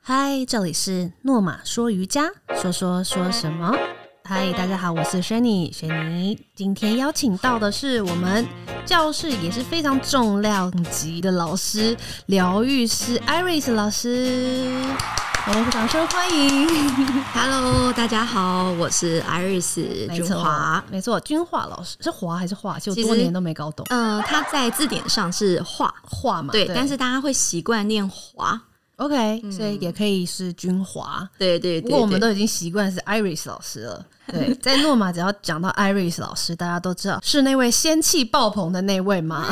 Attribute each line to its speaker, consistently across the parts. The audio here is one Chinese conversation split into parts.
Speaker 1: 嗨，这里是诺玛说瑜伽，说说说什么？嗨，大家好，我是 Shani 雪妮。今天邀请到的是我们教室也是非常重量级的老师，疗愈师 Iris 老师。我们掌声欢迎。
Speaker 2: Hello，大家好，我是 Iris
Speaker 1: 没
Speaker 2: 君
Speaker 1: 错
Speaker 2: 华。，
Speaker 1: 没错，军华老师是华还是华？就
Speaker 2: 其实
Speaker 1: 多年都没搞懂
Speaker 2: 呃，它在字典上是华，
Speaker 1: 华嘛。
Speaker 2: 对，嗯但是大家会习惯念华。
Speaker 1: OK，、所以也可以是军华。
Speaker 2: 对对对
Speaker 1: 不过我们
Speaker 2: 对
Speaker 1: 都已经习惯是 Iris 老师了。对， 在诺玛只要讲到 Iris 老师，大家都知道是那位仙气爆棚的那位嘛。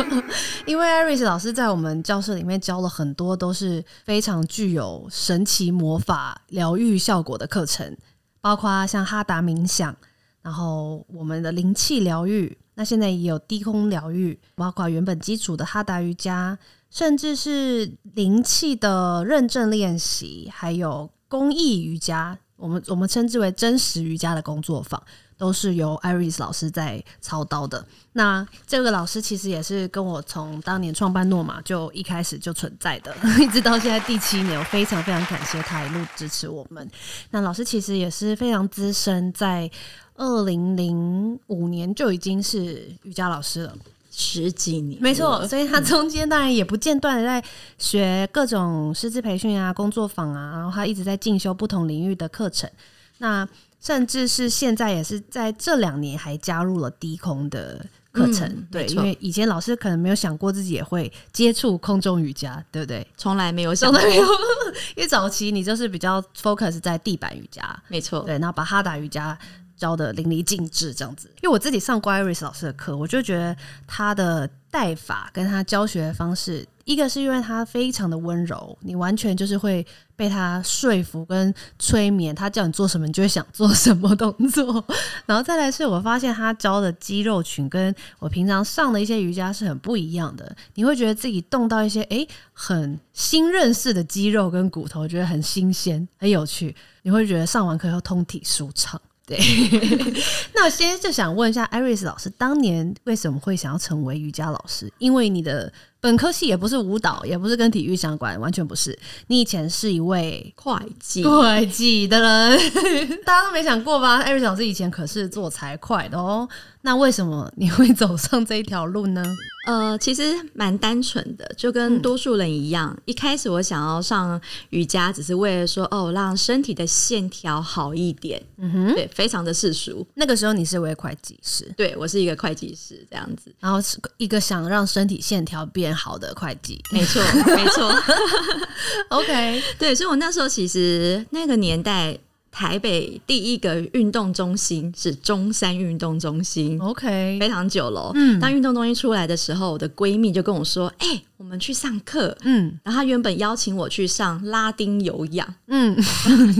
Speaker 1: 因为 Iris 老师在我们教室里面教了很多都是非常具有神奇魔法疗愈效果的课程，包括像哈达冥想，然后我们的灵气疗愈，那现在也有低空疗愈，包括原本基础的哈达瑜伽，甚至是灵气的认证练习，还有公益瑜伽，我们我们称之为真实瑜伽的工作坊，都是由 Iris 老师在操刀的。那这个老师其实也是跟我从当年创办诺玛就一开始就存在的， 一直到现在第七年，我非常非常感谢他一路支持我们。那老师其实也是非常资深，在二零零五年就已经是瑜伽老师了。
Speaker 2: 十几年，
Speaker 1: 没错，，所以他中间当然也不间断的在学各种师资培训啊、工作坊啊， 然后他一直在进修不同领域的课程。那甚至是现在也是在这两年还加入了低空的课程，
Speaker 2: 嗯
Speaker 1: 对，
Speaker 2: 没
Speaker 1: 因
Speaker 2: 错
Speaker 1: 为以前老师可能没有想过自己也会接触空中瑜伽，对不对？
Speaker 2: 从来没有想
Speaker 1: 从
Speaker 2: 过
Speaker 1: 来。没有，因为早期你就是比较 focus 在地板瑜伽，
Speaker 2: 没错，
Speaker 1: 对，然后把哈达瑜伽教的淋漓尽致这样子。因为我自己上过 Iris 老师的课，我就觉得他的带法跟他教学的方式，一个是因为他非常的温柔，你完全就是会被他说服跟催眠，他叫你做什么，你就会想做什么动作。然后再来是我发现他教的肌肉群跟我平常上的一些瑜伽是很不一样的，你会觉得自己动到一些诶很新认识的肌肉跟骨头，觉得很新鲜、很有趣。你会觉得上完课后通体舒畅。 对，那我先就想问一下艾瑞斯老师，当年为什么会想要成为瑜伽老师？因为你的本科系也不是舞蹈，也不是跟体育相关，完全不是。你以前是一位
Speaker 2: 会计
Speaker 1: 会计的人， 大家都没想过吧？艾瑞斯老师以前可是做财会的哦。那为什么你会走上这一条路呢？
Speaker 2: 呃，其实蛮单纯的，就跟多数人一样。一开始我想要上瑜伽，只是为了说哦，让身体的线条好一点。嗯哼，对，非常的世俗。
Speaker 1: 那个时候你是一位会计师，
Speaker 2: 对我是一个会计师，这样子。
Speaker 1: 然后是一个想让身体线条变好的会计。
Speaker 2: 没错，没错。
Speaker 1: OK，
Speaker 2: 对，所以我那时候其实那个年代，台北第一个运动中心是中山运动中
Speaker 1: 哦
Speaker 2: 心。
Speaker 1: OK，
Speaker 2: 非常久了哦，嗯，当运动中心出来的时候，我的闺蜜就跟我说：“哎、我们去上课。
Speaker 1: 嗯”
Speaker 2: 然后她原本邀请我去上拉丁有氧，
Speaker 1: 嗯，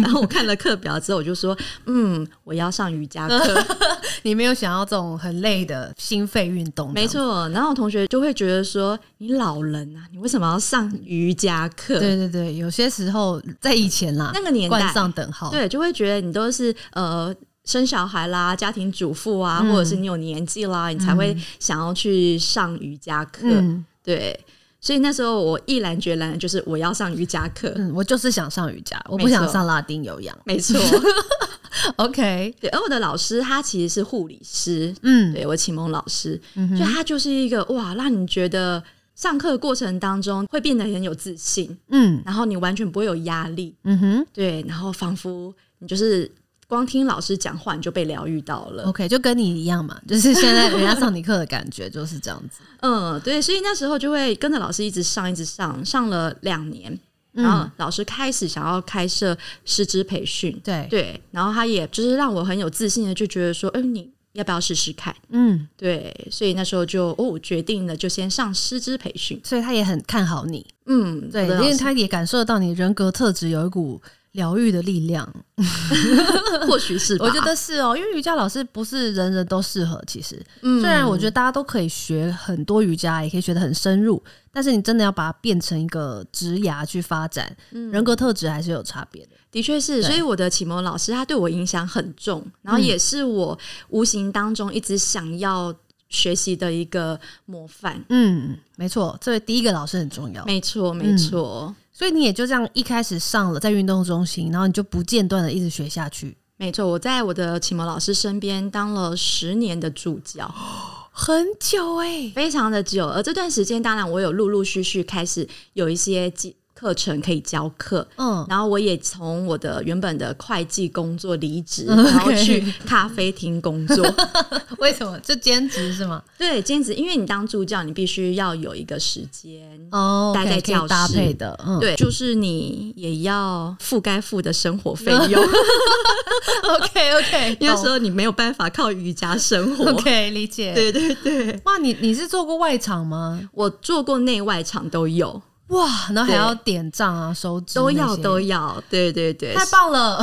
Speaker 2: 然后我看了课表之后，我就说：“嗯，我要上瑜 伽课。
Speaker 1: 你没有想要这种很累的心肺运动，”
Speaker 2: 没，错，然后我同学就会觉得说：“你老人啊，你为什么要上瑜伽课？”
Speaker 1: 对对对，有些时候在以前啦，
Speaker 2: 那个年代
Speaker 1: 冠上等号，
Speaker 2: 对，就会觉得你都是呃生小孩啦、家庭主妇啊，
Speaker 1: 嗯
Speaker 2: 或者是你有年纪啦，你才会想要去上瑜伽课。
Speaker 1: 嗯
Speaker 2: 对，所以那时候我毅然决然地就是我要上瑜伽课。
Speaker 1: 嗯，我就是想上瑜伽，我不
Speaker 2: 没错
Speaker 1: 想上拉丁有氧。
Speaker 2: 没错，
Speaker 1: OK，
Speaker 2: 对，而我的老师他其实是护理师，
Speaker 1: 嗯，
Speaker 2: 对我启蒙老师，所以他就是一个哇，让你觉得上课的过程当中会变得很有自信，
Speaker 1: 嗯
Speaker 2: 然后你完全不会有压力，
Speaker 1: 嗯哼
Speaker 2: 对，然后仿佛你就是光听老师讲话你就被疗愈到了，
Speaker 1: ，OK，就跟你一样嘛，就是现在人家上你课的感觉就是这样子。
Speaker 2: 嗯，对，所以那时候就会跟着老师一直上，一直上，上了两年，
Speaker 1: 嗯
Speaker 2: 然后老师开始想要开设师资培训，
Speaker 1: 对，
Speaker 2: 对，然后他也就是让我很有自信的就觉得说，嗯，你要不要试试看？
Speaker 1: 嗯，
Speaker 2: 对，所以那时候就哦，我决定了就先上师资培训，
Speaker 1: 所以他也很看好你，
Speaker 2: 嗯，
Speaker 1: 对，
Speaker 2: 我的
Speaker 1: 因
Speaker 2: 老
Speaker 1: 为
Speaker 2: 师
Speaker 1: 他也感受到你人格特质有一股疗愈的力量。
Speaker 2: 或许是吧，
Speaker 1: 我觉得是哦，因为瑜伽老师不是人人都适合，其实。
Speaker 2: 嗯，
Speaker 1: 虽然我觉得大家都可以学很多瑜伽，也可以学得很深入，但是你真的要把它变成一个职涯去发展，人格特质还是有差别的。
Speaker 2: 的确是，
Speaker 1: 对嗯
Speaker 2: 所以我的启蒙老师他对我影响很重，然后也是我无形当中一直想要学习的一个模范，
Speaker 1: 嗯，没错，这第一个老师很重要。
Speaker 2: 没错，没错。
Speaker 1: 所以你也就这样一开始上了在运动中心，然后你就不间断的一直学下去，
Speaker 2: 没错，我在我的启蒙老师身边当了十年的助教，
Speaker 1: 很久哎、
Speaker 2: 非常的久。而这段时间，当然我有陆陆续续开始有一些技课程可以教课，
Speaker 1: 嗯，
Speaker 2: 然后我也从我的原本的会计工作离 职，
Speaker 1: 嗯
Speaker 2: 然后
Speaker 1: OK
Speaker 2: 去咖啡厅工 作。
Speaker 1: 为什么就兼职是吗？
Speaker 2: 对，兼职，因为你当助教，你必须要有一个时间。
Speaker 1: 哦，
Speaker 2: 待在
Speaker 1: OK，可以
Speaker 2: 教室
Speaker 1: 搭配的，嗯，
Speaker 2: 对，就是你也要付该付的生活费用，哦
Speaker 1: ，OK OK，
Speaker 2: 因为说你没有办法靠瑜伽生活。
Speaker 1: OK 理解，
Speaker 2: 对对对，
Speaker 1: 哇，你你是做过外场吗？
Speaker 2: 我做过内外场都有，
Speaker 1: 哇，然后还
Speaker 2: 对
Speaker 1: 要点账啊，收支
Speaker 2: 都要
Speaker 1: 那些
Speaker 2: 都要，对对对，
Speaker 1: 太棒 了，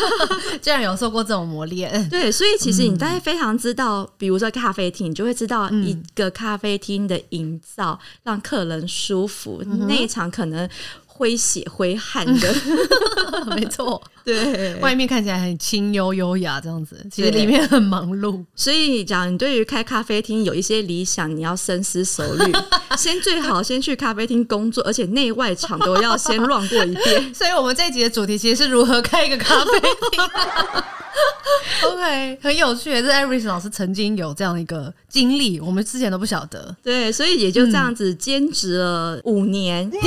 Speaker 1: 居然有受过这种磨练。
Speaker 2: 对，所以其实你大概非常知道，比如说咖啡厅，你就会知道一个咖啡厅的营造，让客人舒服，那一场可能挥血挥汗的，
Speaker 1: 没错，
Speaker 2: 对。
Speaker 1: 外面看起来很清幽优雅这样子，其实
Speaker 2: 对
Speaker 1: 里面很忙碌。
Speaker 2: 所以讲，你对于开咖啡厅有一些理想，你要深思熟虑，先最好先去咖啡厅工作，而且内外场都要先乱过一遍。
Speaker 1: 所以我们这一集的主题其实是如何开一个咖啡厅。OK，很有趣耶，这 Iris 老师曾经有这样一个经历，我们之前都不晓得。
Speaker 2: 对，所以也就这样子兼职了五年，
Speaker 1: 天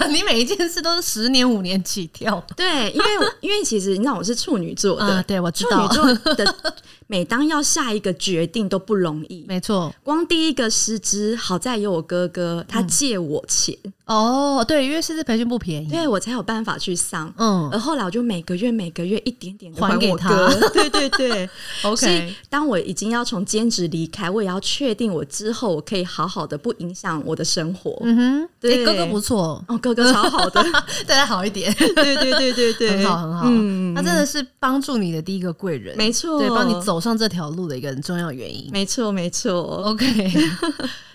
Speaker 1: 哪，你每一件事都是十年五年起跳。
Speaker 2: 对，因为因为其实你知道我是处女座的，
Speaker 1: 嗯对我知
Speaker 2: 处
Speaker 1: 道
Speaker 2: 女座的 每当要下一个决定都不容易。
Speaker 1: 没错，
Speaker 2: 光第一个失职，好在有我哥哥，他借我钱，
Speaker 1: 哦，对，因为师资培训不便宜。
Speaker 2: 对啊我才有办法去上。
Speaker 1: 嗯
Speaker 2: 而后来我就每个月每个月一点点的
Speaker 1: 还给
Speaker 2: 我
Speaker 1: 他
Speaker 2: 哥， 对对对。所以
Speaker 1: ，OK，
Speaker 2: 当我已经要从兼职离开，我也要确定我之后我可以好好的，不影响我的生活。
Speaker 1: 嗯哼，
Speaker 2: 对
Speaker 1: 诶哥哥不错，
Speaker 2: 哦，哥哥超好的，
Speaker 1: 对他好一点，
Speaker 2: 对对对对 对，
Speaker 1: 很好很好。
Speaker 2: 嗯
Speaker 1: 他真的是帮助你的第一个贵人，
Speaker 2: 没错，
Speaker 1: 对，帮你，走上这条路的一个很重要原因。
Speaker 2: 没错没错。
Speaker 1: OK，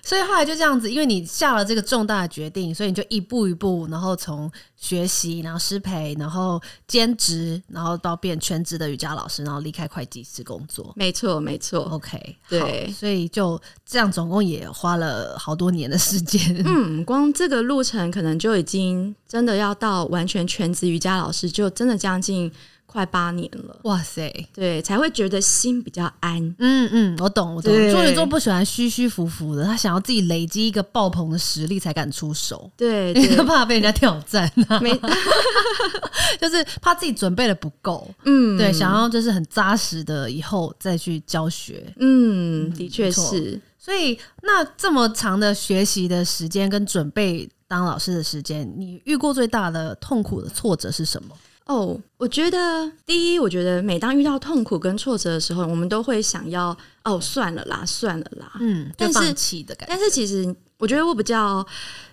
Speaker 1: 所以后来就这样子，因为你下了这个重大的决定，所以你就一步一步，然后从学习，然后师培，然后兼职，然后到变全职的瑜伽老师，然后离开会计师工作。
Speaker 2: 没错，没错。
Speaker 1: OK，
Speaker 2: 对
Speaker 1: 好所以就这样，总共也花了好多年的时间。
Speaker 2: 嗯，光这个路程可能就已经真的要到完全全职瑜伽老师，就真的将近快八年了。
Speaker 1: 哇塞，
Speaker 2: 对，才会觉得心比较安。
Speaker 1: 嗯嗯，我懂，我懂。
Speaker 2: 对
Speaker 1: 处女座不喜欢虚虚浮浮的，他想要自己累积一个爆棚的实力才敢出手，
Speaker 2: 对
Speaker 1: 因为他
Speaker 2: 对，
Speaker 1: 怕被人家挑战、啊，
Speaker 2: 没
Speaker 1: 就是怕自己准备的不够。
Speaker 2: 嗯
Speaker 1: 对，想要就是很扎实的，以后再去教学。
Speaker 2: 嗯，的确
Speaker 1: 没错
Speaker 2: 是。
Speaker 1: 所以，那这么长的学习的时间跟准备当老师的时间，你遇过最大的痛苦的挫折是什么？
Speaker 2: 哦，我觉得第一，我觉得每当遇到痛苦跟挫折的时候，我们都会想要哦，算了啦，算了啦。
Speaker 1: 嗯，
Speaker 2: 但
Speaker 1: 就是放弃的感觉。
Speaker 2: 但是其实我觉得我比较，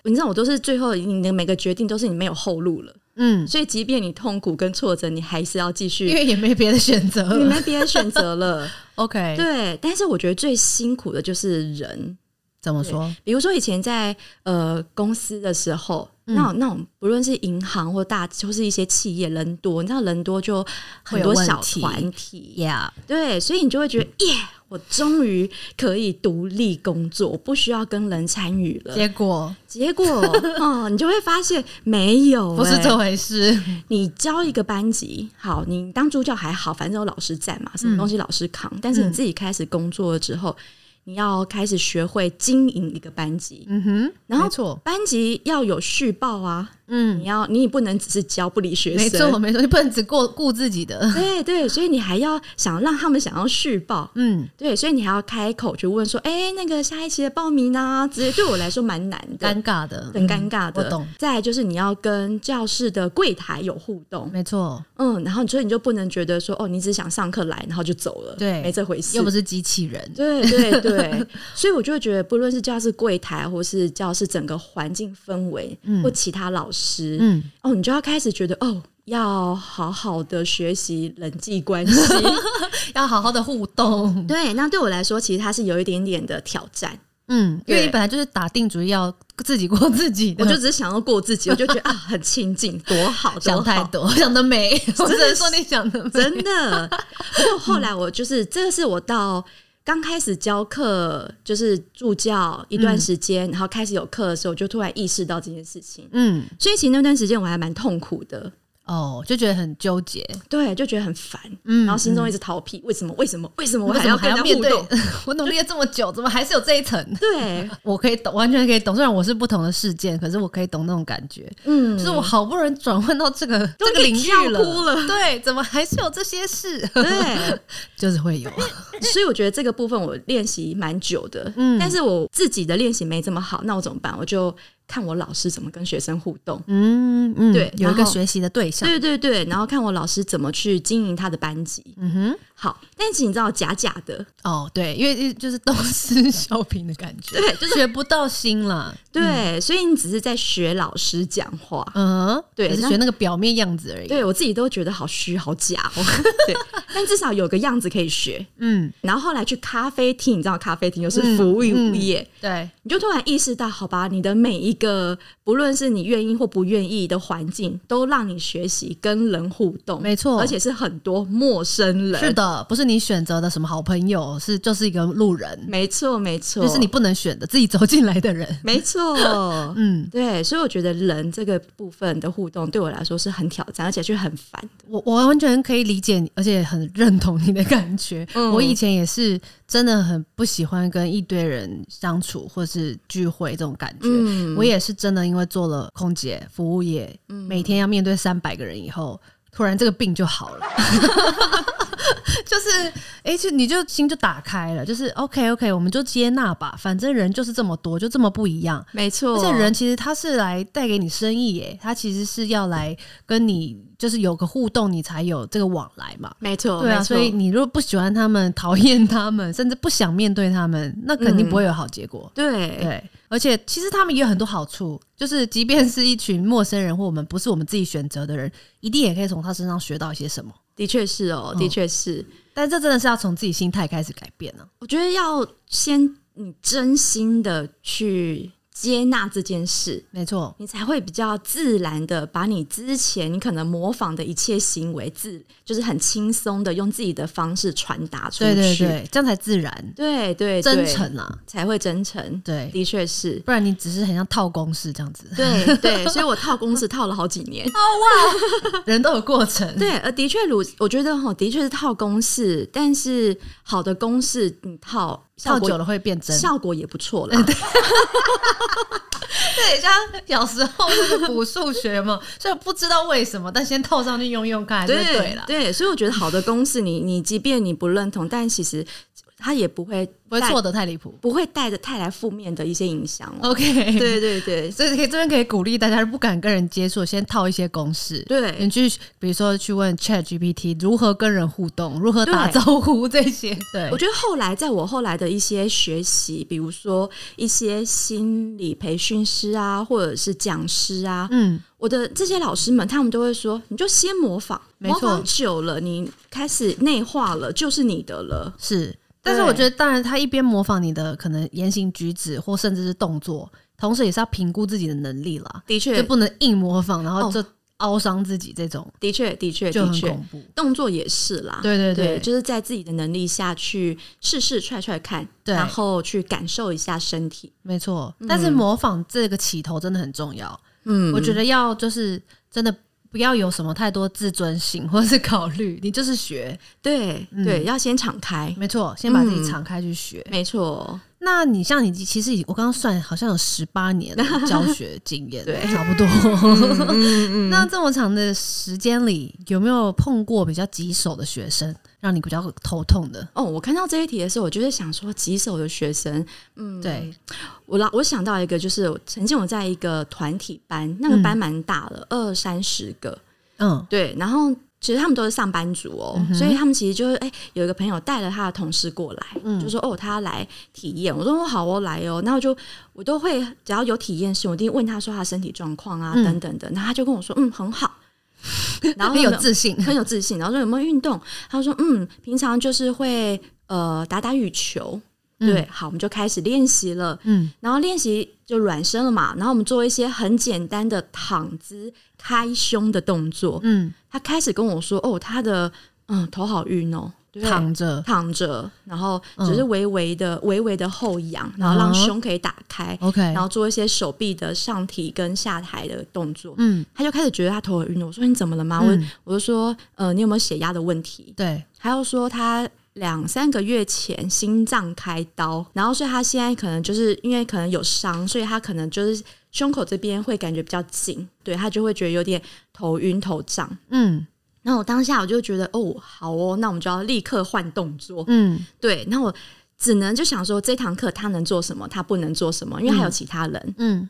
Speaker 2: 你知道，我都是最后你的每个决定都是你没有后路了，
Speaker 1: 嗯，
Speaker 2: 所以即便你痛苦跟挫折，你还是要继续
Speaker 1: 因为也没别的选择
Speaker 2: 你
Speaker 1: 了。
Speaker 2: 没别的选择 了。
Speaker 1: OK，
Speaker 2: 对，但是我觉得最辛苦的就是人。
Speaker 1: 怎么说？
Speaker 2: 比如说以前在呃公司的时候，
Speaker 1: 嗯
Speaker 2: 那种那种不论是银行或大，就是一些企业人多，你知道人多就很多
Speaker 1: 会有问
Speaker 2: 小
Speaker 1: 题嗯
Speaker 2: 团体，
Speaker 1: Yeah，
Speaker 2: 对，所以你就会觉得耶，我终于可以独立工作，我不需要跟人参与了。
Speaker 1: 结果
Speaker 2: 结果哦，你就会发现没有、
Speaker 1: 不是
Speaker 2: 欸
Speaker 1: 这回事。
Speaker 2: 你教一个班级，好，你当助教还好，反正有老师在
Speaker 1: 嗯
Speaker 2: 嘛，什么东西老师扛。但是你自己开始工作了之后，你要开始学会经营一个班级，
Speaker 1: 嗯哼，
Speaker 2: 然后
Speaker 1: 没错，
Speaker 2: 班级要有续报啊，
Speaker 1: 嗯，
Speaker 2: 你要你也不能只是教不理学
Speaker 1: 没
Speaker 2: 生
Speaker 1: 错，，没错，你不能只顾顾自己的。
Speaker 2: 对对，所以你还要想让他们想要续报。
Speaker 1: 嗯，
Speaker 2: 对，所以你还要开口去问说，哎、那个下一期的报名啊，之类，对我来说蛮难的，
Speaker 1: 尴尬的，
Speaker 2: 很尴尬
Speaker 1: 我
Speaker 2: 的。
Speaker 1: 懂
Speaker 2: 再来就是你要跟教室的柜台有互动
Speaker 1: 嗯，，没错，
Speaker 2: 嗯，然后所以你就不能觉得说哦，你只想上课来，然后就走了，
Speaker 1: 对
Speaker 2: 没这回事
Speaker 1: 又。不是机器人。
Speaker 2: 对对对， 所以我就会觉得，不论是教室柜台，啊或是教室整个环境氛围，或其他老师，
Speaker 1: 嗯，
Speaker 2: 哦，你就要开始觉得哦，要好好的学习人际关系。
Speaker 1: 要好好的互动。
Speaker 2: 对，那对我来说，其实它是有一点点的挑战。
Speaker 1: 嗯，因
Speaker 2: 对
Speaker 1: 为你本来就是打定主意要自己过自己的，
Speaker 2: 我就只是想要过自己，我就觉得啊，很亲近，多好， 多
Speaker 1: 想太
Speaker 2: 好
Speaker 1: 多，想得美， 我只能说你想得美。
Speaker 2: 真的。不过后来我就是，这个是我到刚开始教课就是助教一段时间，然后开始有课的时候，我就突然意识到这件事情。
Speaker 1: 嗯，
Speaker 2: 所以其实那段时间我还蛮痛苦的，
Speaker 1: 哦，就觉得很纠结，
Speaker 2: 对，就觉得很烦，
Speaker 1: 嗯
Speaker 2: 然后心中一直逃避，为什么？为什么？为什么我
Speaker 1: 为
Speaker 2: 还
Speaker 1: 什
Speaker 2: 要
Speaker 1: 么还要
Speaker 2: 跟他
Speaker 1: 面
Speaker 2: 互
Speaker 1: 对
Speaker 2: 动？？
Speaker 1: 我努力了这么久，怎么还是有这一层？
Speaker 2: 对，
Speaker 1: 我可以懂，完全可以懂。虽然我是不同的事件，可是我可以懂那种感觉。
Speaker 2: 嗯，
Speaker 1: 就是我好不容易转换到这个这
Speaker 2: 都
Speaker 1: 个
Speaker 2: 可以
Speaker 1: 领域
Speaker 2: 跳
Speaker 1: 了，
Speaker 2: 哭了
Speaker 1: 对，怎么还是有这些 事？
Speaker 2: 对，
Speaker 1: 就是会有，
Speaker 2: 所以我觉得这个部分我练习蛮久的，
Speaker 1: 嗯
Speaker 2: 但是我自己的练习没这么好，那我怎么办？我就看我老师怎么跟学生互动。
Speaker 1: 嗯嗯
Speaker 2: 对
Speaker 1: 有一个
Speaker 2: 然后
Speaker 1: 学习的对象，
Speaker 2: 对对对，然后看我老师怎么去经营他的班级。
Speaker 1: 嗯哼，
Speaker 2: 好，但是你知道假假的，
Speaker 1: 哦，对，因为就是 东施效颦的感觉，
Speaker 2: 对，就是
Speaker 1: 学不到心啦，
Speaker 2: 对，所以你只是在学老师讲话。
Speaker 1: 嗯，
Speaker 2: 对
Speaker 1: 只是
Speaker 2: 那
Speaker 1: 学那个表面样子而已，
Speaker 2: 对我自己都觉得好虚好假哦，对， 但至少有个样子可以学。
Speaker 1: 嗯，
Speaker 2: 然后后来去咖啡厅，你知道咖啡厅又是服务业，
Speaker 1: 对，
Speaker 2: 你就突然意识到，好吧，你的每一个不论是你愿意或不愿意的环境，都让你学习跟人互动，
Speaker 1: 没错
Speaker 2: 而且是很多陌生人。
Speaker 1: 是的，不是你选择的什么好朋友，是就是一个路人，
Speaker 2: 没错，没错，
Speaker 1: 就是你，不能选的，自己走进来的人，
Speaker 2: 没错，
Speaker 1: 嗯，
Speaker 2: 对，所以我觉得人这个部分的互动对我来说是很挑战，而且却很烦的。
Speaker 1: 我我完全可以理解你，而且很认同你的感觉。
Speaker 2: 嗯
Speaker 1: 我以前也是真的很不喜欢跟一堆人相处或是聚会这种感觉。
Speaker 2: 嗯
Speaker 1: 我也是真的因为做了空姐、服务业，每天要面对三百个人以后，突然这个病就好了。 就是，哎、就你就心就打开了，就是 OK OK，我们就接纳吧，反正人就是这么多，就这么不一样。
Speaker 2: 没错，
Speaker 1: 而且人其实他是来带给你生意耶，他其实是要来跟你就是有个互动，你才有这个往来嘛。
Speaker 2: 没错，
Speaker 1: 对啊，
Speaker 2: 哦没错
Speaker 1: 所以你如果不喜欢他们、讨厌他们，甚至不想面对他们，那肯
Speaker 2: 嗯
Speaker 1: 定不会有好结果。
Speaker 2: 对
Speaker 1: 对，而且其实他们也有很多好处，就是即便是一群陌生人或我们不是我们自己选择的人，一定也可以从他身上学到一些什么。
Speaker 2: 的确是哦，的确是。
Speaker 1: 但这真的是要从自己心态开始改变啊呢、
Speaker 2: 我觉得要先你真心的去接纳这件事，
Speaker 1: 没错，
Speaker 2: 你才会比较自然的把你之前你可能模仿的一切行为自，就是很轻松的用自己的方式传达出
Speaker 1: 对
Speaker 2: 去。
Speaker 1: 对对，这样才自然、
Speaker 2: 对对对
Speaker 1: 真诚啊。
Speaker 2: 才会真诚，
Speaker 1: 对，
Speaker 2: 的确是。
Speaker 1: 不然你只是很像套公式这样子。
Speaker 2: 对对，所以我套公式套了好几年。
Speaker 1: 人都有过程。
Speaker 2: 对，呃，的确如，我觉得哈，的确是套公式，但是好的公式你套
Speaker 1: 泡
Speaker 2: 效
Speaker 1: 久
Speaker 2: 果
Speaker 1: 了会变真。
Speaker 2: 效果也不错 啦。
Speaker 1: 对，像小时候那个补数学嘛， 虽然不知道为什么，但先套上去用用看，还是会对啦，
Speaker 2: 对，所以我觉得好的公式你，你即便你不认同，但其实它也不会
Speaker 1: 不会
Speaker 2: 带
Speaker 1: 错的太离谱。
Speaker 2: 不会带着太来负面的一些影响哦。
Speaker 1: OK，。
Speaker 2: 对对对
Speaker 1: 所以可以这边可以鼓励大家，不敢跟人接触，先套一些公式。
Speaker 2: 对
Speaker 1: 你去比如说去问 Chat GPT 如何跟人互动，如何打
Speaker 2: 对
Speaker 1: 招呼这些。 对，
Speaker 2: 我觉得后来在我后来的一些学习，比如说一些心理培训师啊，或者是讲师啊，
Speaker 1: 嗯，
Speaker 2: 我的这些老师们，他们都会说，你就先模仿，
Speaker 1: 没
Speaker 2: 模
Speaker 1: 错
Speaker 2: 仿久了，你开始内化了，就是你的了。
Speaker 1: 是，但是我觉得，当然，他一边模仿你的可能言行举止，或甚至是动作，同时也是要评估自己的能力啦。
Speaker 2: 的确
Speaker 1: 就，不能硬模仿，然后
Speaker 2: 哦
Speaker 1: 就凹伤自己，这种
Speaker 2: 的确，的确，
Speaker 1: 就
Speaker 2: 的
Speaker 1: 很
Speaker 2: 确
Speaker 1: 恐，怖。
Speaker 2: 动作也是啦。
Speaker 1: 对对
Speaker 2: 对，
Speaker 1: 对，
Speaker 2: 就是在自己的能力下去试试踹踹看，
Speaker 1: 对
Speaker 2: 然后去感受一下身体。
Speaker 1: 没错。但是模仿这个起头真的很重要，
Speaker 2: 嗯
Speaker 1: 我觉
Speaker 2: 得
Speaker 1: 得要就是真的不要有什么太多自尊心或是考虑，你就是学，
Speaker 2: 对
Speaker 1: 嗯
Speaker 2: 对，要先敞开，
Speaker 1: 没错，先把自己
Speaker 2: 嗯
Speaker 1: 敞开去学。
Speaker 2: 没错，
Speaker 1: 那你像你其实已我刚刚算好像有十八年的教学经验，
Speaker 2: 对嗯
Speaker 1: 差不多。那这么长的时间里，有没有碰过比较棘手的学生，让你比较头痛的？
Speaker 2: 哦，我看到这一题的时候，我就在想说，棘手的学生，嗯，
Speaker 1: 对，
Speaker 2: 我老我想到一个，就是我曾经我在一个团体班，那个班蛮大的，二三十个，
Speaker 1: 嗯，
Speaker 2: 对，然后。其实他们都是上班族哦，所以他们其实就是哎、有一个朋友带了他的同事过来，
Speaker 1: 嗯
Speaker 2: 就说哦，他要来体验。我说哦，好哦，来哦。然后就我都会只要有体验性，我一定问他说他身体状况啊、
Speaker 1: 嗯
Speaker 2: 等等的。然后他就跟我说嗯，很 好。然后
Speaker 1: 很
Speaker 2: 有
Speaker 1: 有
Speaker 2: 没有
Speaker 1: 自信，
Speaker 2: 很有自信，然后说有没有运动？他说嗯，平常就是会呃打打羽球。
Speaker 1: 嗯
Speaker 2: 对，好，我们就开始练习了。
Speaker 1: 嗯，
Speaker 2: 然后练习就软身了嘛，然后我们做一些很简单的躺姿、开胸的动作。
Speaker 1: 嗯，
Speaker 2: 他开始跟我说，哦，他的嗯，头好晕哦，对
Speaker 1: 躺着，
Speaker 2: 躺着，然后只是微微的、微微的后仰，然后
Speaker 1: 嗯
Speaker 2: 让
Speaker 1: 哼
Speaker 2: 胸可以打开，
Speaker 1: OK，
Speaker 2: 然后做一些手臂的上提跟下抬的动作。
Speaker 1: 嗯，
Speaker 2: 他就开始觉得他头很晕了，我说你怎么了吗？我
Speaker 1: 嗯
Speaker 2: 我就说，呃，你有没有血压的问题？
Speaker 1: 对，
Speaker 2: 还有说他两三个月前心脏开刀，然后所以他现在可能就是因为可能有伤，所以他可能就是胸口这边会感觉比较紧，对他就会觉得有点头晕头胀。
Speaker 1: 嗯
Speaker 2: 然后我当下我就觉得哦，好哦，那我们就要立刻换动作。
Speaker 1: 嗯
Speaker 2: 对，那我只能就想说这堂课他能做什么，他不能做什么，因为还有其他人。
Speaker 1: 嗯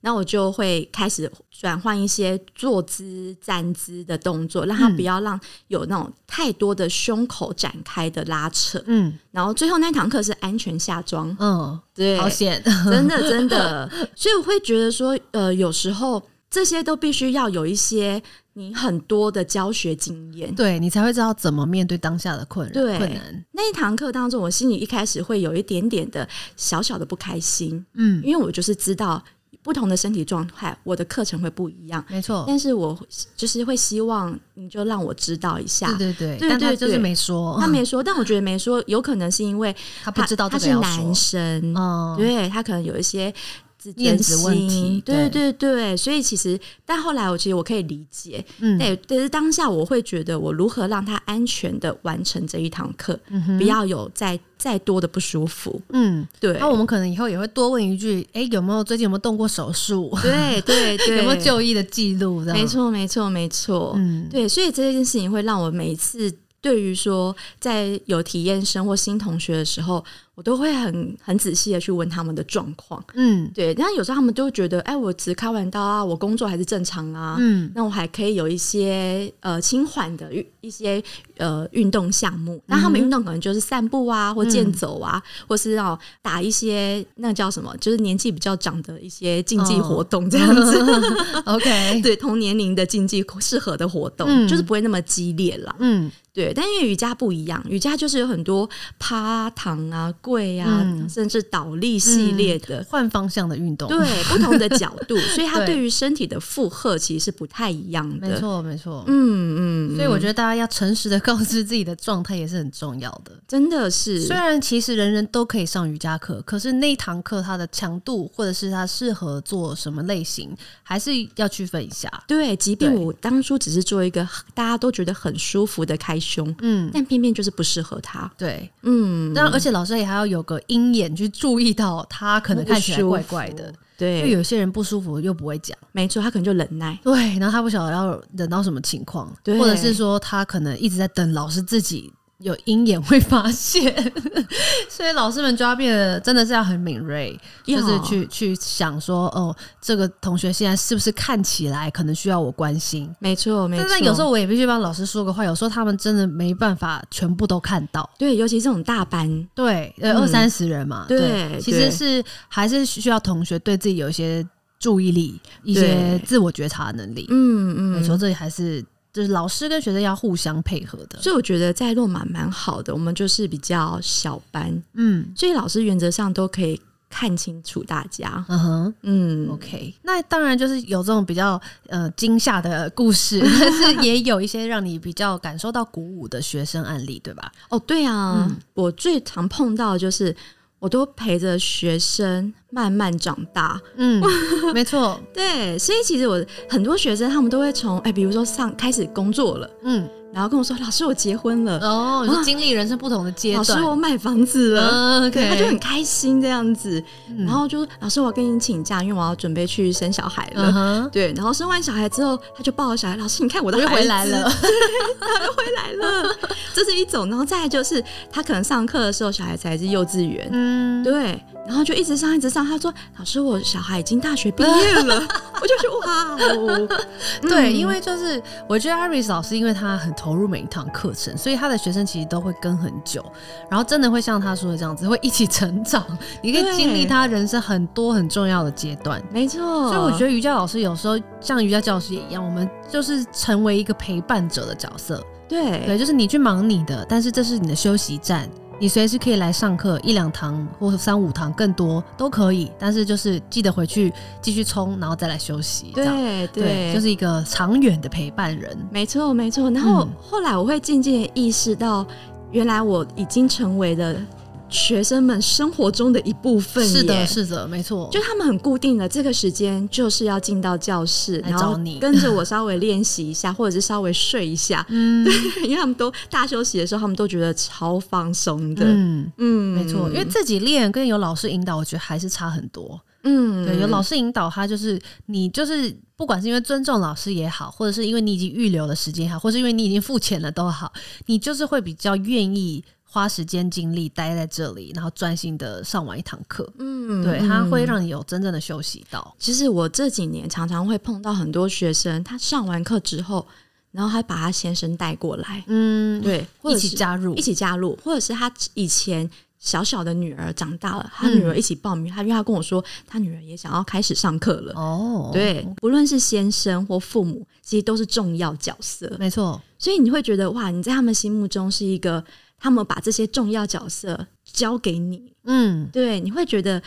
Speaker 2: 那我就会开始转换一些坐姿、站姿的动作，让他不要让有那种太多的胸口展开的拉扯。
Speaker 1: 嗯
Speaker 2: 然后最后那堂课是安全下装，
Speaker 1: 嗯，
Speaker 2: 对
Speaker 1: 好险，
Speaker 2: 真的真的，所以我会觉得说，呃，有时候这些都必须要有一些你很多的教学经验。
Speaker 1: 对你才会知道怎么面对当下的困扰
Speaker 2: 对
Speaker 1: 困难。
Speaker 2: 那一堂课当中，我心里一开始会有一点点的小小的不开心，
Speaker 1: 嗯，
Speaker 2: 因为我就是知道不同的身体状态，我的课程会不一样。
Speaker 1: 没错，
Speaker 2: 但是我就是会希望你就让我知道一下。
Speaker 1: 对对对，
Speaker 2: 对
Speaker 1: 但他
Speaker 2: 对
Speaker 1: 就是
Speaker 2: 对
Speaker 1: 没说
Speaker 2: 他，没说，但我觉得没说，有可能是因为
Speaker 1: 他不
Speaker 2: 他
Speaker 1: 知道
Speaker 2: 他
Speaker 1: 这个
Speaker 2: 是
Speaker 1: 要
Speaker 2: 男
Speaker 1: 说，
Speaker 2: 生，
Speaker 1: 嗯，
Speaker 2: 对他可能有一些自尊
Speaker 1: 面子问
Speaker 2: 心
Speaker 1: 题
Speaker 2: 对
Speaker 1: 对
Speaker 2: 对对，所以其实，但后来我其实我可以理解，
Speaker 1: 嗯
Speaker 2: 对，但是当下我会觉得我如何让他安全的完成这一堂课，不要有再再多的不舒服，
Speaker 1: 嗯，
Speaker 2: 对
Speaker 1: 那，我们可能以后也会多问一句，哎，有没有最近有没有动过手术？
Speaker 2: 对对对，
Speaker 1: 有没有就医的记录？这样
Speaker 2: 没，错没错没错，
Speaker 1: 嗯，
Speaker 2: 对，所以这件事情会让我每一次对于说在有体验生或新同学的时候，我都会很很仔细的去问他们的状况。
Speaker 1: 嗯
Speaker 2: 对，但有时候他们都会觉得，哎，我只开完刀啊，我工作还是正常啊，
Speaker 1: 嗯
Speaker 2: 那我还可以有一些呃轻缓的运一些呃运动项目。那
Speaker 1: 嗯
Speaker 2: 他们运动可能就是散步啊，或健走啊，或是哦打一些那叫什么，就是年纪比较长的一些竞技活动这样子。
Speaker 1: 嗯，OK，
Speaker 2: 对同年龄的竞技适合的活动，
Speaker 1: 嗯
Speaker 2: 就是不会那么激烈啦。
Speaker 1: 嗯
Speaker 2: 对，但因为瑜伽不一样，瑜伽就是有很多趴躺啊、跪啊，
Speaker 1: 嗯
Speaker 2: 甚至倒立系列的。
Speaker 1: 换方向的运动，
Speaker 2: 对不同的角度，所以它
Speaker 1: 对
Speaker 2: 对于身体的负荷其实是不太一样的。
Speaker 1: 没错没错。
Speaker 2: 嗯，嗯嗯，
Speaker 1: 所以我觉得大家要诚实的 告知自己的状态也是很重要的。
Speaker 2: 真的是
Speaker 1: 虽然其实人人都可以上瑜伽课，可是那一堂课它的强度或者是它适合做什么类型，还是要区分一下。
Speaker 2: 对，即便
Speaker 1: 对
Speaker 2: 我当初只是做一个大家都觉得很舒服的开胸，
Speaker 1: 嗯，
Speaker 2: 但偏偏就是不适合他。
Speaker 1: 对。
Speaker 2: 嗯，
Speaker 1: 当然，而且老师也还要有个鹰眼去注意到他可能看起来怪怪的，因为
Speaker 2: 对，
Speaker 1: 有些人不舒服又不会讲，
Speaker 2: 没错，他可能就忍耐。
Speaker 1: 对，然后他不晓得要忍到什么情况，
Speaker 2: 对
Speaker 1: 或者是说他可能一直在等老师自己有鹰眼会发现， 所以老师们就要变得真的是要很敏锐，就
Speaker 2: 要
Speaker 1: 是去去想说，哦，这个同学现在是不是看起来可能需要我关心？
Speaker 2: 没错，没
Speaker 1: 但
Speaker 2: 错。
Speaker 1: 但有时候我也必须帮老师说个话，有时候他们真的没办法全部都看到。
Speaker 2: 对，尤其这种大班，
Speaker 1: 对，呃，
Speaker 2: 嗯
Speaker 1: 二三十人嘛，
Speaker 2: 对对
Speaker 1: 其实是还是需要同学对自己有一些注意力，一些
Speaker 2: 对
Speaker 1: 自我觉察能力。
Speaker 2: 嗯
Speaker 1: 没错，
Speaker 2: 嗯。
Speaker 1: 这里还是就是老师跟学生要互相配合的。
Speaker 2: 所以我觉得在落马蛮好的，我们就是比较小班，
Speaker 1: 嗯
Speaker 2: 所以老师原则上都可以看清楚大家。
Speaker 1: 嗯哼。
Speaker 2: 嗯，
Speaker 1: OK，那当然就是有这种比较呃惊吓的故事， 但是也有一些让你比较感受到鼓舞的学生案例，对吧？
Speaker 2: 哦，对啊，
Speaker 1: 嗯
Speaker 2: 我最常碰到的就是我都陪着学生慢慢长大。
Speaker 1: 嗯，没错，
Speaker 2: 对，所以其实我很多学生他们都会从哎，比如说上开始工作了，
Speaker 1: 嗯，
Speaker 2: 然后跟我说：“老师，我结婚了，
Speaker 1: 哦，你是经历人生不同的阶
Speaker 2: 老师，
Speaker 1: 段，
Speaker 2: 我买房子了。
Speaker 1: 嗯
Speaker 2: 对，
Speaker 1: ，OK，嗯
Speaker 2: 他就很开心这样子，然后就老师，我要跟你请假，因为我要准备去生小孩了。
Speaker 1: 嗯哼，
Speaker 2: 对，然后生完小孩之后，他就抱着小孩，老师，你看我
Speaker 1: 我
Speaker 2: 的孩
Speaker 1: 又
Speaker 2: 子
Speaker 1: 回来 了，
Speaker 2: 回来了，这是一种。然后再来就是，他可能上课的时候，小孩子还是幼稚园，
Speaker 1: 嗯，
Speaker 2: 对，然后就一直上一直上。他说，老师，我小孩已经大学毕业 了，我就觉得哇哦，
Speaker 1: 对，
Speaker 2: 嗯
Speaker 1: 因为就是我觉得 Iris 老师，因为他很投入每一堂课程，所以他的学生其实都会跟很久，然后真的会像他说的这样子，会一起成长，你可以
Speaker 2: 对
Speaker 1: 经历他人生很多很重要的阶段。
Speaker 2: 没错。
Speaker 1: 所以我觉得瑜伽老师有时候像瑜伽教师也一样，我们就是成为一个陪伴者的角色。
Speaker 2: 对
Speaker 1: 对，就是你去忙你的，但是这是你的休息站，你随时可以来上课，一两堂或者三五堂更多都可以，但是就是记得回去继续冲，然后再来休息。这样
Speaker 2: 对
Speaker 1: 对，就是一个长远的陪伴人。
Speaker 2: 没错，没错。然
Speaker 1: 嗯
Speaker 2: 后后来我会渐渐地意识到，原来我已经成为了学生们生活中的一部分耶。
Speaker 1: 是的，是的，没错。
Speaker 2: 就他们很固定的这个时间，就是要进到教室，
Speaker 1: 来
Speaker 2: 然后
Speaker 1: 找你
Speaker 2: 跟着我稍微练习一下，或者是稍微睡一下，
Speaker 1: 嗯
Speaker 2: 因为他们都大休息的时候，他们都觉得超放松的。嗯，
Speaker 1: 嗯，没错，因为自己练跟有老师引导，我觉得还是差很多。
Speaker 2: 嗯
Speaker 1: 对，有老师引导，他就是你就是不管是因为尊重老师也好，或者是因为你已经预留了时间也好，或是因为你已经付钱了都好，你就是会比较愿意花时间精力待在这里，然后专心的上完一堂课。
Speaker 2: 嗯
Speaker 1: 对，他
Speaker 2: 嗯
Speaker 1: 会让你有真正的休息到。
Speaker 2: 其实我这几年常常会碰到很多学生，他上完课之后，然后他把他先生带过来，
Speaker 1: 嗯，
Speaker 2: 对，或
Speaker 1: 一
Speaker 2: 者
Speaker 1: 起
Speaker 2: 是
Speaker 1: 加入，
Speaker 2: 一
Speaker 1: 起
Speaker 2: 起加入，或者是他以前小小的女儿长大了，他女
Speaker 1: 嗯
Speaker 2: 儿一起报名，他因为他跟我说，他女儿也想要开始上课了。
Speaker 1: 哦，，
Speaker 2: 对，不论是先生或父母，其实都是重要角色，
Speaker 1: 没错，
Speaker 2: 所以你会觉得哇，你在他们心目中是一个，他们把这些重要角色交给你，
Speaker 1: 嗯
Speaker 2: 对，你会觉得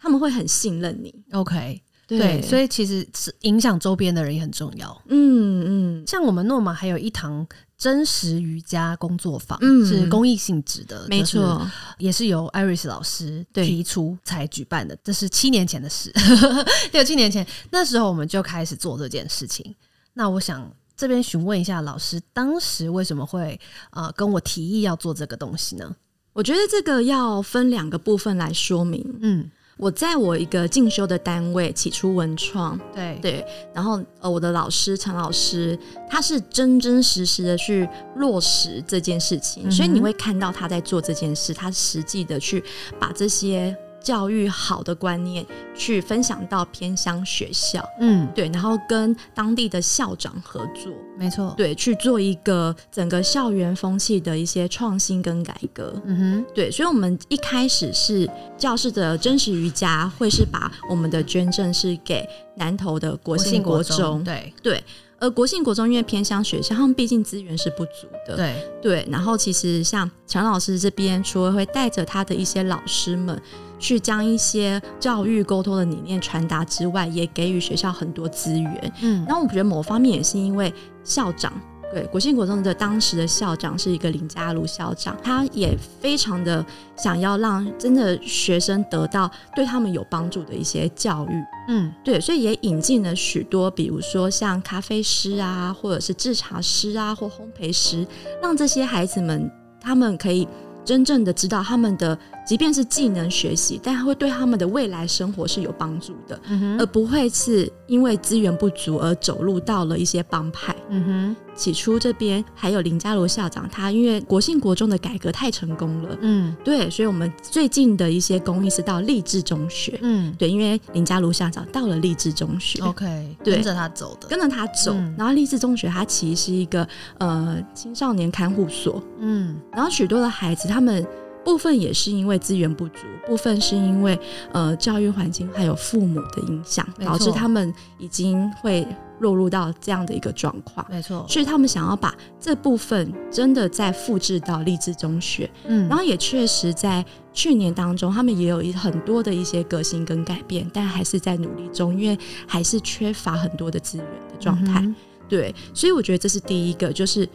Speaker 2: 他们会很信任你，
Speaker 1: ，OK，对，所
Speaker 2: 以
Speaker 1: 以其实是影响周边的人也很重要。
Speaker 2: 嗯嗯，
Speaker 1: 像我们诺玛还有一堂真实瑜伽工作坊，
Speaker 2: 嗯
Speaker 1: 是公益性质的，
Speaker 2: 没
Speaker 1: 就是
Speaker 2: 错，
Speaker 1: 也是由 Iris 老师
Speaker 2: 对
Speaker 1: 提出才举办的，这是七年前的事， 六七年前那时候我们就开始做这件事情。那我想这边询问一下老师，当时为什么会呃跟我提议要做这个东西呢？
Speaker 2: 我觉得这个要分两个部分来说明。
Speaker 1: 嗯，
Speaker 2: 我在我一个进修的单位起初文创，
Speaker 1: 对
Speaker 2: 对，然后呃，我的老师陈老师，他是真真实实的去落实这件事情，
Speaker 1: 嗯哼
Speaker 2: 所以你会看到他在做这件事，他实际的去把这些教育好的观念去分享到偏乡学校，
Speaker 1: 嗯，
Speaker 2: 对，然后跟当地的校长合作，
Speaker 1: 没错，
Speaker 2: 对，去做一个整个校园风气的一些创新跟改革。
Speaker 1: 嗯
Speaker 2: 对，所以我们一开始是教室的真实瑜伽，会是把我们的捐赠是给南投的国
Speaker 1: 哼，
Speaker 2: 信国
Speaker 1: 中
Speaker 2: 中，
Speaker 1: 对
Speaker 2: 而国信国中因为偏乡学校，他们毕竟资源是不足的，
Speaker 1: 对，
Speaker 2: 对然后其实像陈老师这边，除了会带着他的一些老师们去将一些教育沟通的理念传达之外，也给予学校很多资源。
Speaker 1: 嗯
Speaker 2: 然后我觉得某方面也是因为校长。对，国信国中的当时的校长是一个林家如校长，他也非常的想要让真的学生得到对他们有帮助的一些教育。
Speaker 1: 嗯
Speaker 2: 对，所以也引进了许多，比如说像咖啡师啊，或者是制茶师啊，或烘焙师，让这些孩子们他们可以真正的知道他们的，即便是技能学习，但会对他们的未来生活是有帮助的，
Speaker 1: 嗯
Speaker 2: 而
Speaker 1: 哼，
Speaker 2: 不会是因为资源不足而走入到了一些帮派。
Speaker 1: 嗯哼，
Speaker 2: 起初这边还有林家罗校长，他因为国信国中的改革太成功了，
Speaker 1: 嗯
Speaker 2: 对，所以我们最近的一些公益是到励志中学。
Speaker 1: 嗯
Speaker 2: 对，因为林家如校长到了励志中学，
Speaker 1: ，OK，
Speaker 2: 对
Speaker 1: 跟着他走的，
Speaker 2: 跟着他走。
Speaker 1: 哦嗯
Speaker 2: 然后励志中学它其实是一个呃青少年看护所，
Speaker 1: 嗯
Speaker 2: 然后许多的孩子他们。部分也是因为资源不足，部分是因为呃教育环境还有父母的影响，
Speaker 1: 没错
Speaker 2: 导致他们已经会落入到这样的一个状况，
Speaker 1: 没错，
Speaker 2: 所以他们想要把这部分真的再复制到励志中学，
Speaker 1: 嗯
Speaker 2: 然后也确实在去年当中，他们也有一很多的一些革新跟改变，但还是在努力中，因为还是缺乏很多的资源的状态。
Speaker 1: 嗯
Speaker 2: 对，所以我觉得这是第一个，就是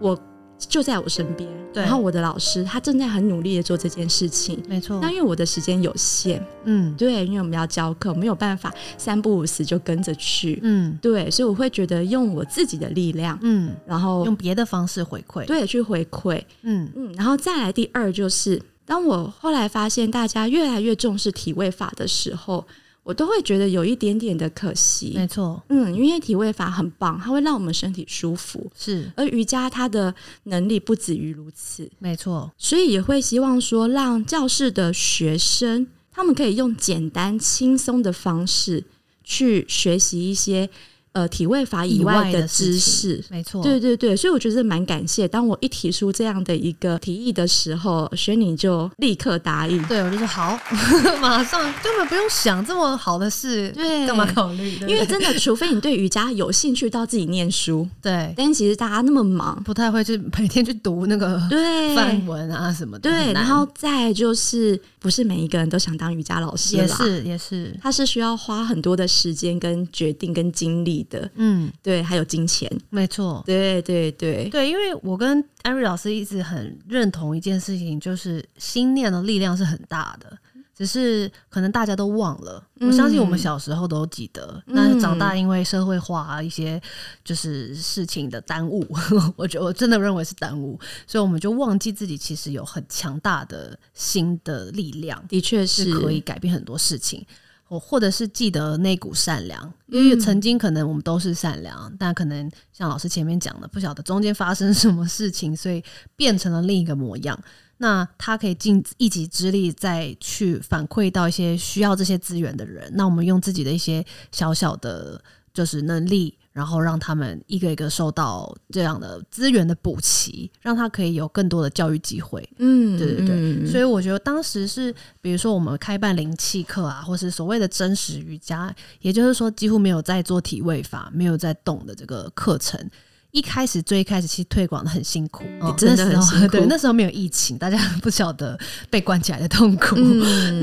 Speaker 2: 我就在我身边，
Speaker 1: 对
Speaker 2: 然后我的老师他正在很努力的做这件事情。
Speaker 1: 哼没错
Speaker 2: 那，因为我的时间有限，
Speaker 1: 嗯
Speaker 2: 对，因为我们要教课，没有办法三不五时就跟着去，
Speaker 1: 嗯
Speaker 2: 对，所以我会觉得用我自己的力量，
Speaker 1: 嗯，
Speaker 2: 然后
Speaker 1: 用别的方式回馈，
Speaker 2: 对去回馈，
Speaker 1: 嗯
Speaker 2: 嗯，然后再来第二就是，当我后来发现大家越来越重视体位法的时候，我都会觉得有一点点的可惜
Speaker 1: 没。错，
Speaker 2: 嗯，因为体位法很棒，它会让我们身体舒服，
Speaker 1: 是
Speaker 2: 而瑜伽它的能力不止于如此，
Speaker 1: 没错，
Speaker 2: 所以也会希望说，让教室的学生他们可以用简单轻松的方式去学习一些呃体位法以
Speaker 1: 以
Speaker 2: 外
Speaker 1: 的
Speaker 2: 知
Speaker 1: 事
Speaker 2: 识
Speaker 1: 情。没错，
Speaker 2: 对对对，所以我觉得蛮感谢，当我一提出这样的一个提议的时候，轩宁就立刻答应。
Speaker 1: 对，我就说好， 马上根本不用想这么好的事，
Speaker 2: 对
Speaker 1: 干嘛考虑？对不
Speaker 2: 因为
Speaker 1: 对
Speaker 2: 真的， 除非你对瑜伽有兴趣到自己念书，
Speaker 1: 对
Speaker 2: 但其实大家那么忙，
Speaker 1: 不太会去 每天去读那个
Speaker 2: 对，
Speaker 1: 范文啊什么的，
Speaker 2: 嗯对，
Speaker 1: 很难
Speaker 2: 然后再就是不是每一个人都想当瑜伽老师啦
Speaker 1: 也，是也是，
Speaker 2: 他是需要花很多的时间、跟决定、跟精力的，
Speaker 1: 嗯，
Speaker 2: 对，还有金钱，
Speaker 1: 没错。
Speaker 2: 对对对，
Speaker 1: 对，因为我跟安瑞老师一直很认同一件事情，就是心念的力量是很大的，只是可能大家都忘了。我相信我们
Speaker 2: 嗯
Speaker 1: 小时候都记得，
Speaker 2: 嗯
Speaker 1: 那长大因为社会化、啊、一些就是事情的耽误， 我觉得我真的认为是耽误，所以我们就忘记自己其实有很强大的心的力量，
Speaker 2: 的确
Speaker 1: 是
Speaker 2: 是
Speaker 1: 可以，改变很多事情。我或者是记得那股善良，
Speaker 2: 嗯
Speaker 1: 因为曾经可能我们都是善良，但可能像老师前面讲的，不晓得中间发生什么事情，所以变成了另一个模样。那他可以尽一己之力，再去反馈到一些需要这些资源的人。那我们用自己的一些小小的，就是能力，然后让他们一个一个受到这样的资源的补齐，让他可以有更多的教育机会。
Speaker 2: 嗯，
Speaker 1: 对对对
Speaker 2: 嗯
Speaker 1: 所以我觉得当时是，比如说我们开办灵气课啊，或是所谓的真实瑜伽，也就是说几乎没有在做体位法，没有在动的这个课程。一开始最一开始其实推广的很辛苦， 哦
Speaker 2: 嗯真的
Speaker 1: 那时候
Speaker 2: 很辛苦
Speaker 1: 对，那时候没有疫情，大家不晓得被关起来的痛苦。
Speaker 2: 嗯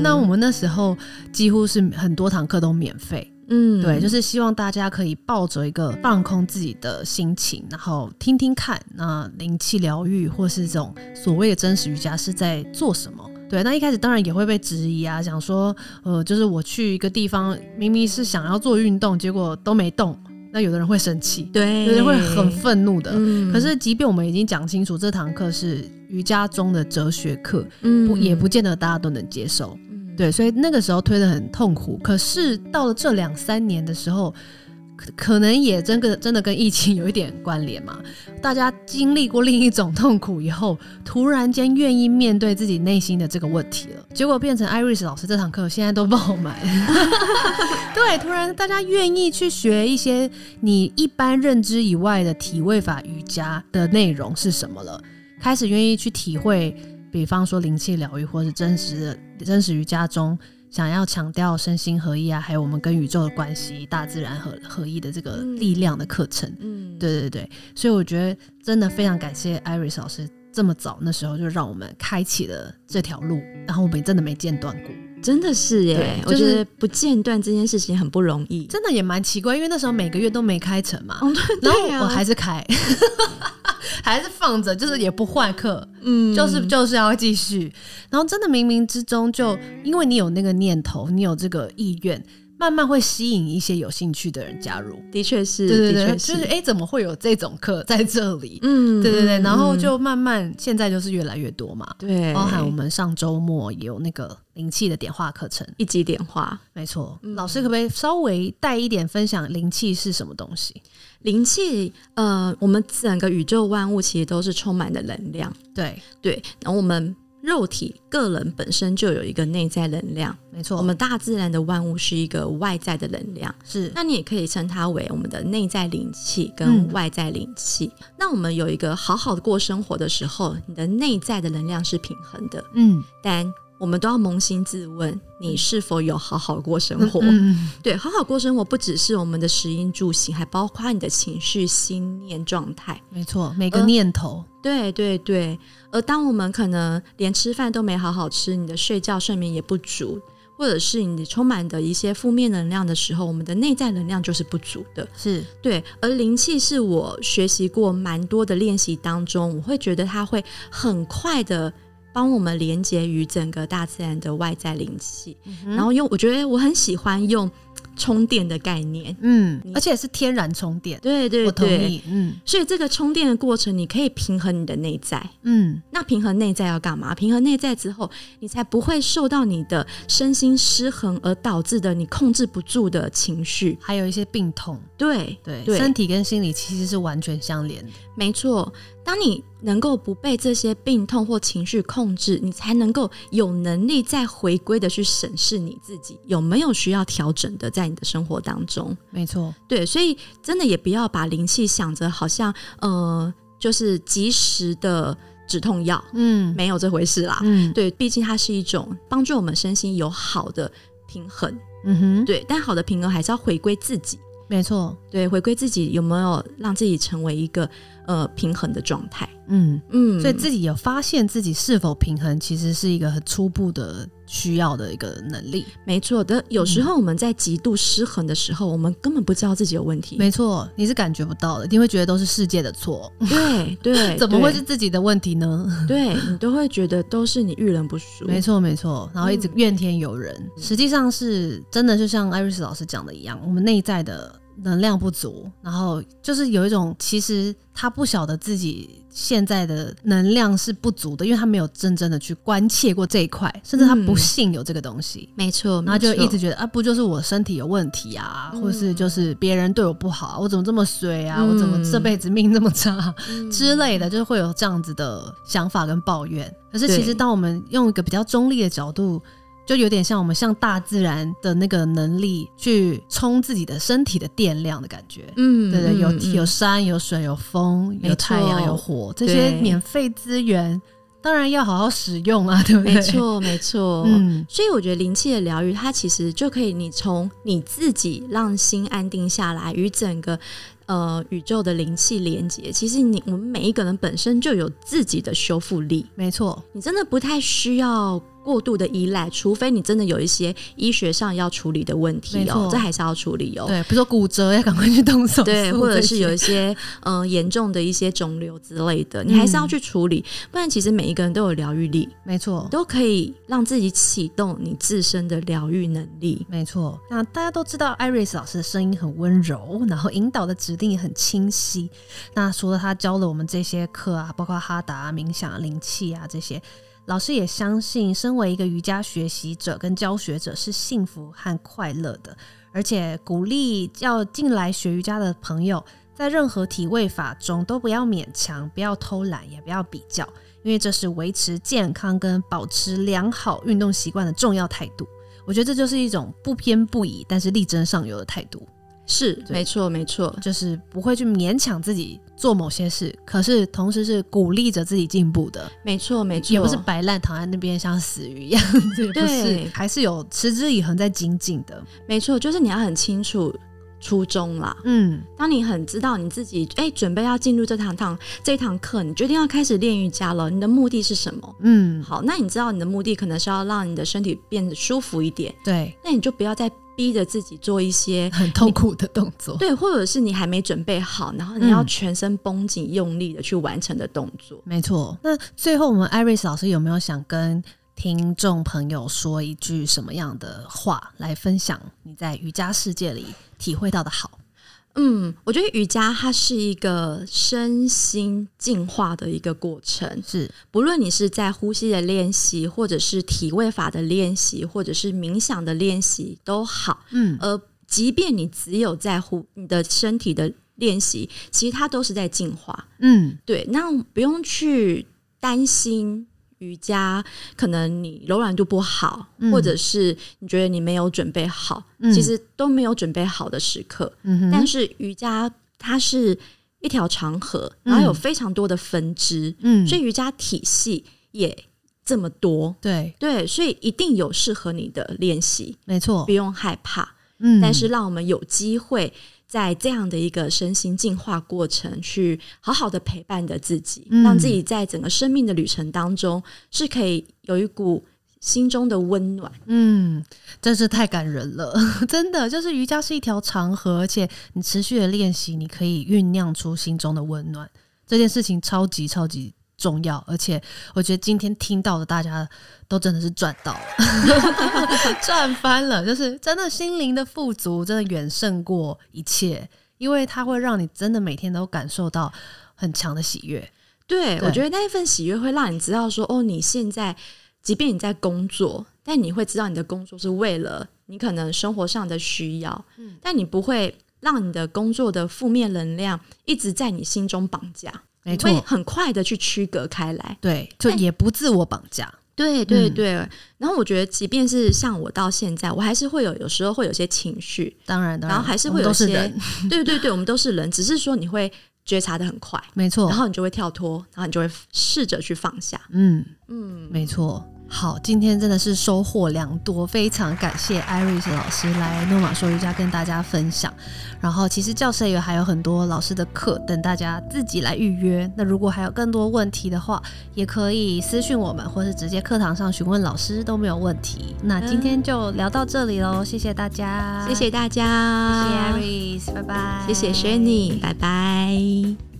Speaker 1: 那我们那时候几乎是很多堂课都免费，
Speaker 2: 嗯
Speaker 1: 对，就是是希望大家可以抱着一个放空自己的心情，然后听听看，那灵气疗愈或是这种所谓的真实瑜伽是在做什么。对，那一开始当然也会被质疑啊，想说，呃，就是我去一个地方，明明是想要做运动，结果都没动，那有的人会生气，
Speaker 2: 对，
Speaker 1: 有的人会很愤怒的。
Speaker 2: 嗯
Speaker 1: 可是，即便我们已经讲清楚这堂课是瑜伽中的哲学课，不
Speaker 2: 不
Speaker 1: 也不见得大家都能接受。
Speaker 2: 嗯
Speaker 1: 对，所以那个时候推的很痛苦。可是到了这两三年的时候，可可能也真跟真的跟疫情有一点关联嘛。大家经历过另一种痛苦以后，突然间愿意面对自己内心的这个问题了，结果变成 Iris 老师这堂课现在都爆满。对，突然大家愿意去学一些你一般认知以外的体位法瑜伽的内容是什么了，开始愿意去体会比方说灵气疗愈，或是真实的真实瑜伽中想要强调身心合一啊，还有我们跟宇宙的关系、大自然合合一的这个
Speaker 2: 嗯
Speaker 1: 力量的课程。
Speaker 2: 嗯，
Speaker 1: 对对对，所以我觉得真的非常感谢 Iris 老师这么早那时候就让我们开启了这条路，然后我们真的没间断过，
Speaker 2: 真的是耶
Speaker 1: 对，
Speaker 2: 我
Speaker 1: 就是
Speaker 2: 觉得不间断这件事情很不容易。
Speaker 1: 真的也蛮奇怪，因为那时候每个月都没开成嘛，
Speaker 2: 哦
Speaker 1: 然
Speaker 2: 对
Speaker 1: 后
Speaker 2: 啊
Speaker 1: 我还是开。 还是放着，就是也不换课，
Speaker 2: 嗯
Speaker 1: 就是就是要继续。然后真的冥冥之中就，因为你有那个念头，你有这个意愿，慢慢会吸引一些有兴趣的人加入。
Speaker 2: 的确是，
Speaker 1: 对对
Speaker 2: 的
Speaker 1: 对，
Speaker 2: 确
Speaker 1: 就是诶，怎么会有这种课在这里？
Speaker 2: 嗯，
Speaker 1: 对对对，
Speaker 2: 嗯
Speaker 1: 然后
Speaker 2: 嗯
Speaker 1: 就慢慢现在就是越来越多嘛，
Speaker 2: 对，
Speaker 1: 包含我们上周末也有那个灵气的点化课程，
Speaker 2: 一级点化。
Speaker 1: 没错。
Speaker 2: 嗯
Speaker 1: 老师可不可以稍微带一点分享灵气是什么东西？
Speaker 2: 灵气，呃，我们整个宇宙万物其实都是充满了能量，
Speaker 1: 对，
Speaker 2: 对。然后我们肉体个人本身就有一个内在能量，
Speaker 1: 没错，
Speaker 2: 我们大自然的万物是一个外在的能量，
Speaker 1: 是
Speaker 2: 那你也可以称它为我们的内在灵气跟
Speaker 1: 嗯
Speaker 2: 外在灵气。那我们有一个好好的过生活的时候，你的内在的能量是平衡的，
Speaker 1: 嗯
Speaker 2: 但我们都要扪心自问，你是否有好好过生活？
Speaker 1: 嗯
Speaker 2: 对，好好过生活不只是我们的食衣住行，还包括你的情绪、心念状态。
Speaker 1: 没错，每个
Speaker 2: 呃
Speaker 1: 念头，
Speaker 2: 对对对，而当我们可能连吃饭都没好好吃，你的睡觉睡眠也不足，或者是你充满的一些负面能量的时候，我们的内在能量就是不足的。
Speaker 1: 是
Speaker 2: 对，而灵气是我学习过蛮多的练习当中，我会觉得它会很快的帮我们连接于整个大自然的外在灵气，然后用我觉得我很喜欢用充电的概念，
Speaker 1: 嗯，而且是天然充电，
Speaker 2: 对对
Speaker 1: 我同
Speaker 2: 对，
Speaker 1: 意，嗯
Speaker 2: 所以这个充电的过程，你可以平衡你的内在。
Speaker 1: 嗯，
Speaker 2: 那平衡内在要干嘛？平衡内在之后，你才不会受到你的身心失衡而导致的你控制不住的情绪。
Speaker 1: 还有一些病痛，
Speaker 2: 对，
Speaker 1: 对，
Speaker 2: 对
Speaker 1: 身体跟心理其实是完全相连的，
Speaker 2: 没错，当你能够不被这些病痛或情绪控制，你才能够有能力再回归的去审视你自己有没有需要调整的在你的生活当中。
Speaker 1: 没错，
Speaker 2: 对，所以真的也不要把灵气想着好像呃，就是及时的止痛药，
Speaker 1: 嗯
Speaker 2: 没有这回事啦。
Speaker 1: 嗯
Speaker 2: 对，毕竟它是一种帮助我们身心有好的平衡，
Speaker 1: 嗯哼，
Speaker 2: 对，但好的平衡还是要回归自己，
Speaker 1: 没错，
Speaker 2: 对，回归自己有没有让自己成为一个呃平衡的状态？
Speaker 1: 嗯，
Speaker 2: 嗯，
Speaker 1: 所以自己有发现自己是否平衡，其实是一个很初步的需要的一个能力。
Speaker 2: 没错的。有
Speaker 1: 嗯
Speaker 2: 时候我们在极度失衡的时候，我们根本不知道自己有问题。
Speaker 1: 没错，你是感觉不到的，你会觉得都是世界的错，
Speaker 2: 对对，
Speaker 1: 怎么会
Speaker 2: 哎对
Speaker 1: 是自己的问题呢？
Speaker 2: 对你都会觉得都是你遇人不淑。
Speaker 1: 没错，没错，然后一直
Speaker 2: 嗯
Speaker 1: 怨天尤人，实际上是真的，就像艾瑞斯老师讲的一样，我们内在的能量不足，然后就是有一种其实他不晓得自己现在的能量是不足的，因为他没有真正的去关切过这一块，甚至他不
Speaker 2: 嗯
Speaker 1: 信有这个东西。
Speaker 2: 没错，
Speaker 1: 然后就
Speaker 2: 没错
Speaker 1: 一直觉得啊，不就是我身体有问题啊，
Speaker 2: 嗯
Speaker 1: 或是就是别人对我不好啊，我怎么这么衰啊，
Speaker 2: 嗯
Speaker 1: 我怎么这辈子命这么差、
Speaker 2: 嗯
Speaker 1: 之类的，就是会有这样子的想法跟抱怨。可是
Speaker 2: 对
Speaker 1: 其实当我们用一个比较中立的角度。就有点像我们向大自然的那个能力去充自己的身体的电量的感觉，
Speaker 2: 嗯
Speaker 1: 对对，有有
Speaker 2: 嗯
Speaker 1: 山有水有风有
Speaker 2: 没
Speaker 1: 太阳
Speaker 2: 错
Speaker 1: 有火这些
Speaker 2: 对
Speaker 1: 免费资源，当然要好好使用啊，对不对？
Speaker 2: 没，错没错，
Speaker 1: 嗯，
Speaker 2: 所以我觉得灵气的疗愈，它其实就可以你从你自己让心安定下来，与整个呃宇宙的灵气连接。其实你我们每一个人本身就有自己的修复力，
Speaker 1: 没错，
Speaker 2: 你真的不太需要过度的依赖，除非你真的有一些医学上要处理的问
Speaker 1: 没
Speaker 2: 题哦
Speaker 1: 错，
Speaker 2: 这还是要处理哦。
Speaker 1: 对，比如说骨折要赶快去动手术这 些，
Speaker 2: 对，或者是有一些嗯严、重的一些肿瘤之类的，你还
Speaker 1: 嗯
Speaker 2: 是要去处理，不然其实每一个人都有疗愈力，
Speaker 1: 没错。
Speaker 2: 都可以让自己启动你自身的疗愈能力。
Speaker 1: 没错，那大家都知道艾瑞斯老师的声音很温柔，然后引导的指令也很清晰。那除了他教了我们这些课啊，包括哈达、啊、冥想啊、灵气啊这些，老师也相信，身为一个瑜伽学习者跟教学者是幸福和快乐的，而且鼓励要进来学瑜伽的朋友，在任何体位法中都不要勉强，不要偷懒，也不要比较，因为这是维持健康跟保持良好运动习惯的重要态度。我觉得这就是一种不偏不倚，但是力争上游的态度，
Speaker 2: 是，
Speaker 1: 对
Speaker 2: 没错，没错，
Speaker 1: 就是不会去勉强自己做某些事，可是同时是鼓励着自己进步的，
Speaker 2: 没错，没错，
Speaker 1: 也不是摆烂躺在那边像死鱼一样，这也不是
Speaker 2: 对，
Speaker 1: 还是有持之以恒在精进的。
Speaker 2: 没错，就是你要很清楚初衷啦。
Speaker 1: 嗯，
Speaker 2: 当你很知道你自己，哎、准备要进入这堂堂这一堂课，你决定要开始练瑜伽了，你的目的是什么？
Speaker 1: 嗯，
Speaker 2: 好，那你知道你的目的可能是要让你的身体变得舒服一点，
Speaker 1: 对，
Speaker 2: 那你就不要再逼着自己做一些。
Speaker 1: 很痛苦的动作。
Speaker 2: 对，或者是你还没准备好，然后你要
Speaker 1: 嗯
Speaker 2: 全身绷紧、用力的去完成的动作。
Speaker 1: 没错。那最后，我们艾瑞斯老师有没有想跟听众朋友说一句什么样的话，来分享你在瑜伽世界里体会到的好？
Speaker 2: 嗯，我觉得瑜伽它是一个身心进化的一个过程，
Speaker 1: 是，
Speaker 2: 不论你是在呼吸的练习，或者是体位法的练习，或者是冥想的练习都好。
Speaker 1: 嗯，
Speaker 2: 而即便你只有在乎你的身体的练习，其实它都是在进化。
Speaker 1: 嗯，
Speaker 2: 对，那不用去担心瑜伽，可能你柔软度不好，
Speaker 1: 嗯
Speaker 2: 或者是你觉得你没有准备好，
Speaker 1: 嗯
Speaker 2: 其实都没有准备好的时刻。
Speaker 1: 嗯哼
Speaker 2: 但是瑜伽它是一条长河，然后有非常多的分支，
Speaker 1: 嗯，
Speaker 2: 所以瑜伽体系也这么多。
Speaker 1: 对，
Speaker 2: 对，所以一定有适合你的练习，
Speaker 1: 没错
Speaker 2: 不，用害怕。
Speaker 1: 嗯，
Speaker 2: 但是让我们有机会在这样的一个身心进化过程，去好好的陪伴着自己，
Speaker 1: 嗯
Speaker 2: 让自己在整个生命的旅程当中是可以有一股心中的温暖。
Speaker 1: 嗯，真是太感人了， 真的就是瑜伽是一条长河，而且你持续的练习，你可以酝酿出心中的温暖，这件事情超级超级重要，而且我觉得今天听到的大家都真的是赚到了， 赚翻了，就是真的心灵的富足真的远胜过一切，因为它会让你真的每天都感受到很强的喜悦，
Speaker 2: 对，
Speaker 1: 对
Speaker 2: 我觉得那一份喜悦会让你知道说，哦，你现在即便你在工作，但你会知道你的工作是为了你可能生活上的需要，但你不会让你的工作的负面能量一直在你心中绑架，
Speaker 1: 没
Speaker 2: 你会
Speaker 1: 错，
Speaker 2: 很快的去区隔开来。嗯
Speaker 1: 对，就
Speaker 2: 哎
Speaker 1: 也不自我绑架，
Speaker 2: 对对对。然后我觉得，即便是像我到现在，我还是会有有时候会有些情绪，
Speaker 1: 当然，当
Speaker 2: 然后还是
Speaker 1: 我
Speaker 2: 会
Speaker 1: 们
Speaker 2: 有
Speaker 1: 都是
Speaker 2: 些
Speaker 1: 人，，
Speaker 2: 对对对，我们都是人，只是说你会觉察的很快，
Speaker 1: 没错
Speaker 2: 然。后你就会跳脱，然后你就会试着去放下。
Speaker 1: 嗯，
Speaker 2: 嗯，
Speaker 1: 没错。好，今天真的是收获良多，非常感谢 Iris 老师来诺玛说瑜伽跟大家分享。然后，其实教室也还有很多老师的课等大家自己来预约。那如果还有更多问题的话，也可以私讯我们，或是直接课堂上询问老师都没有问题。那今天就聊到这里喽，谢谢大家，
Speaker 2: 谢谢大
Speaker 1: 谢谢
Speaker 2: 家，
Speaker 1: Iris，拜拜，
Speaker 2: 谢谢 Shanny，拜拜。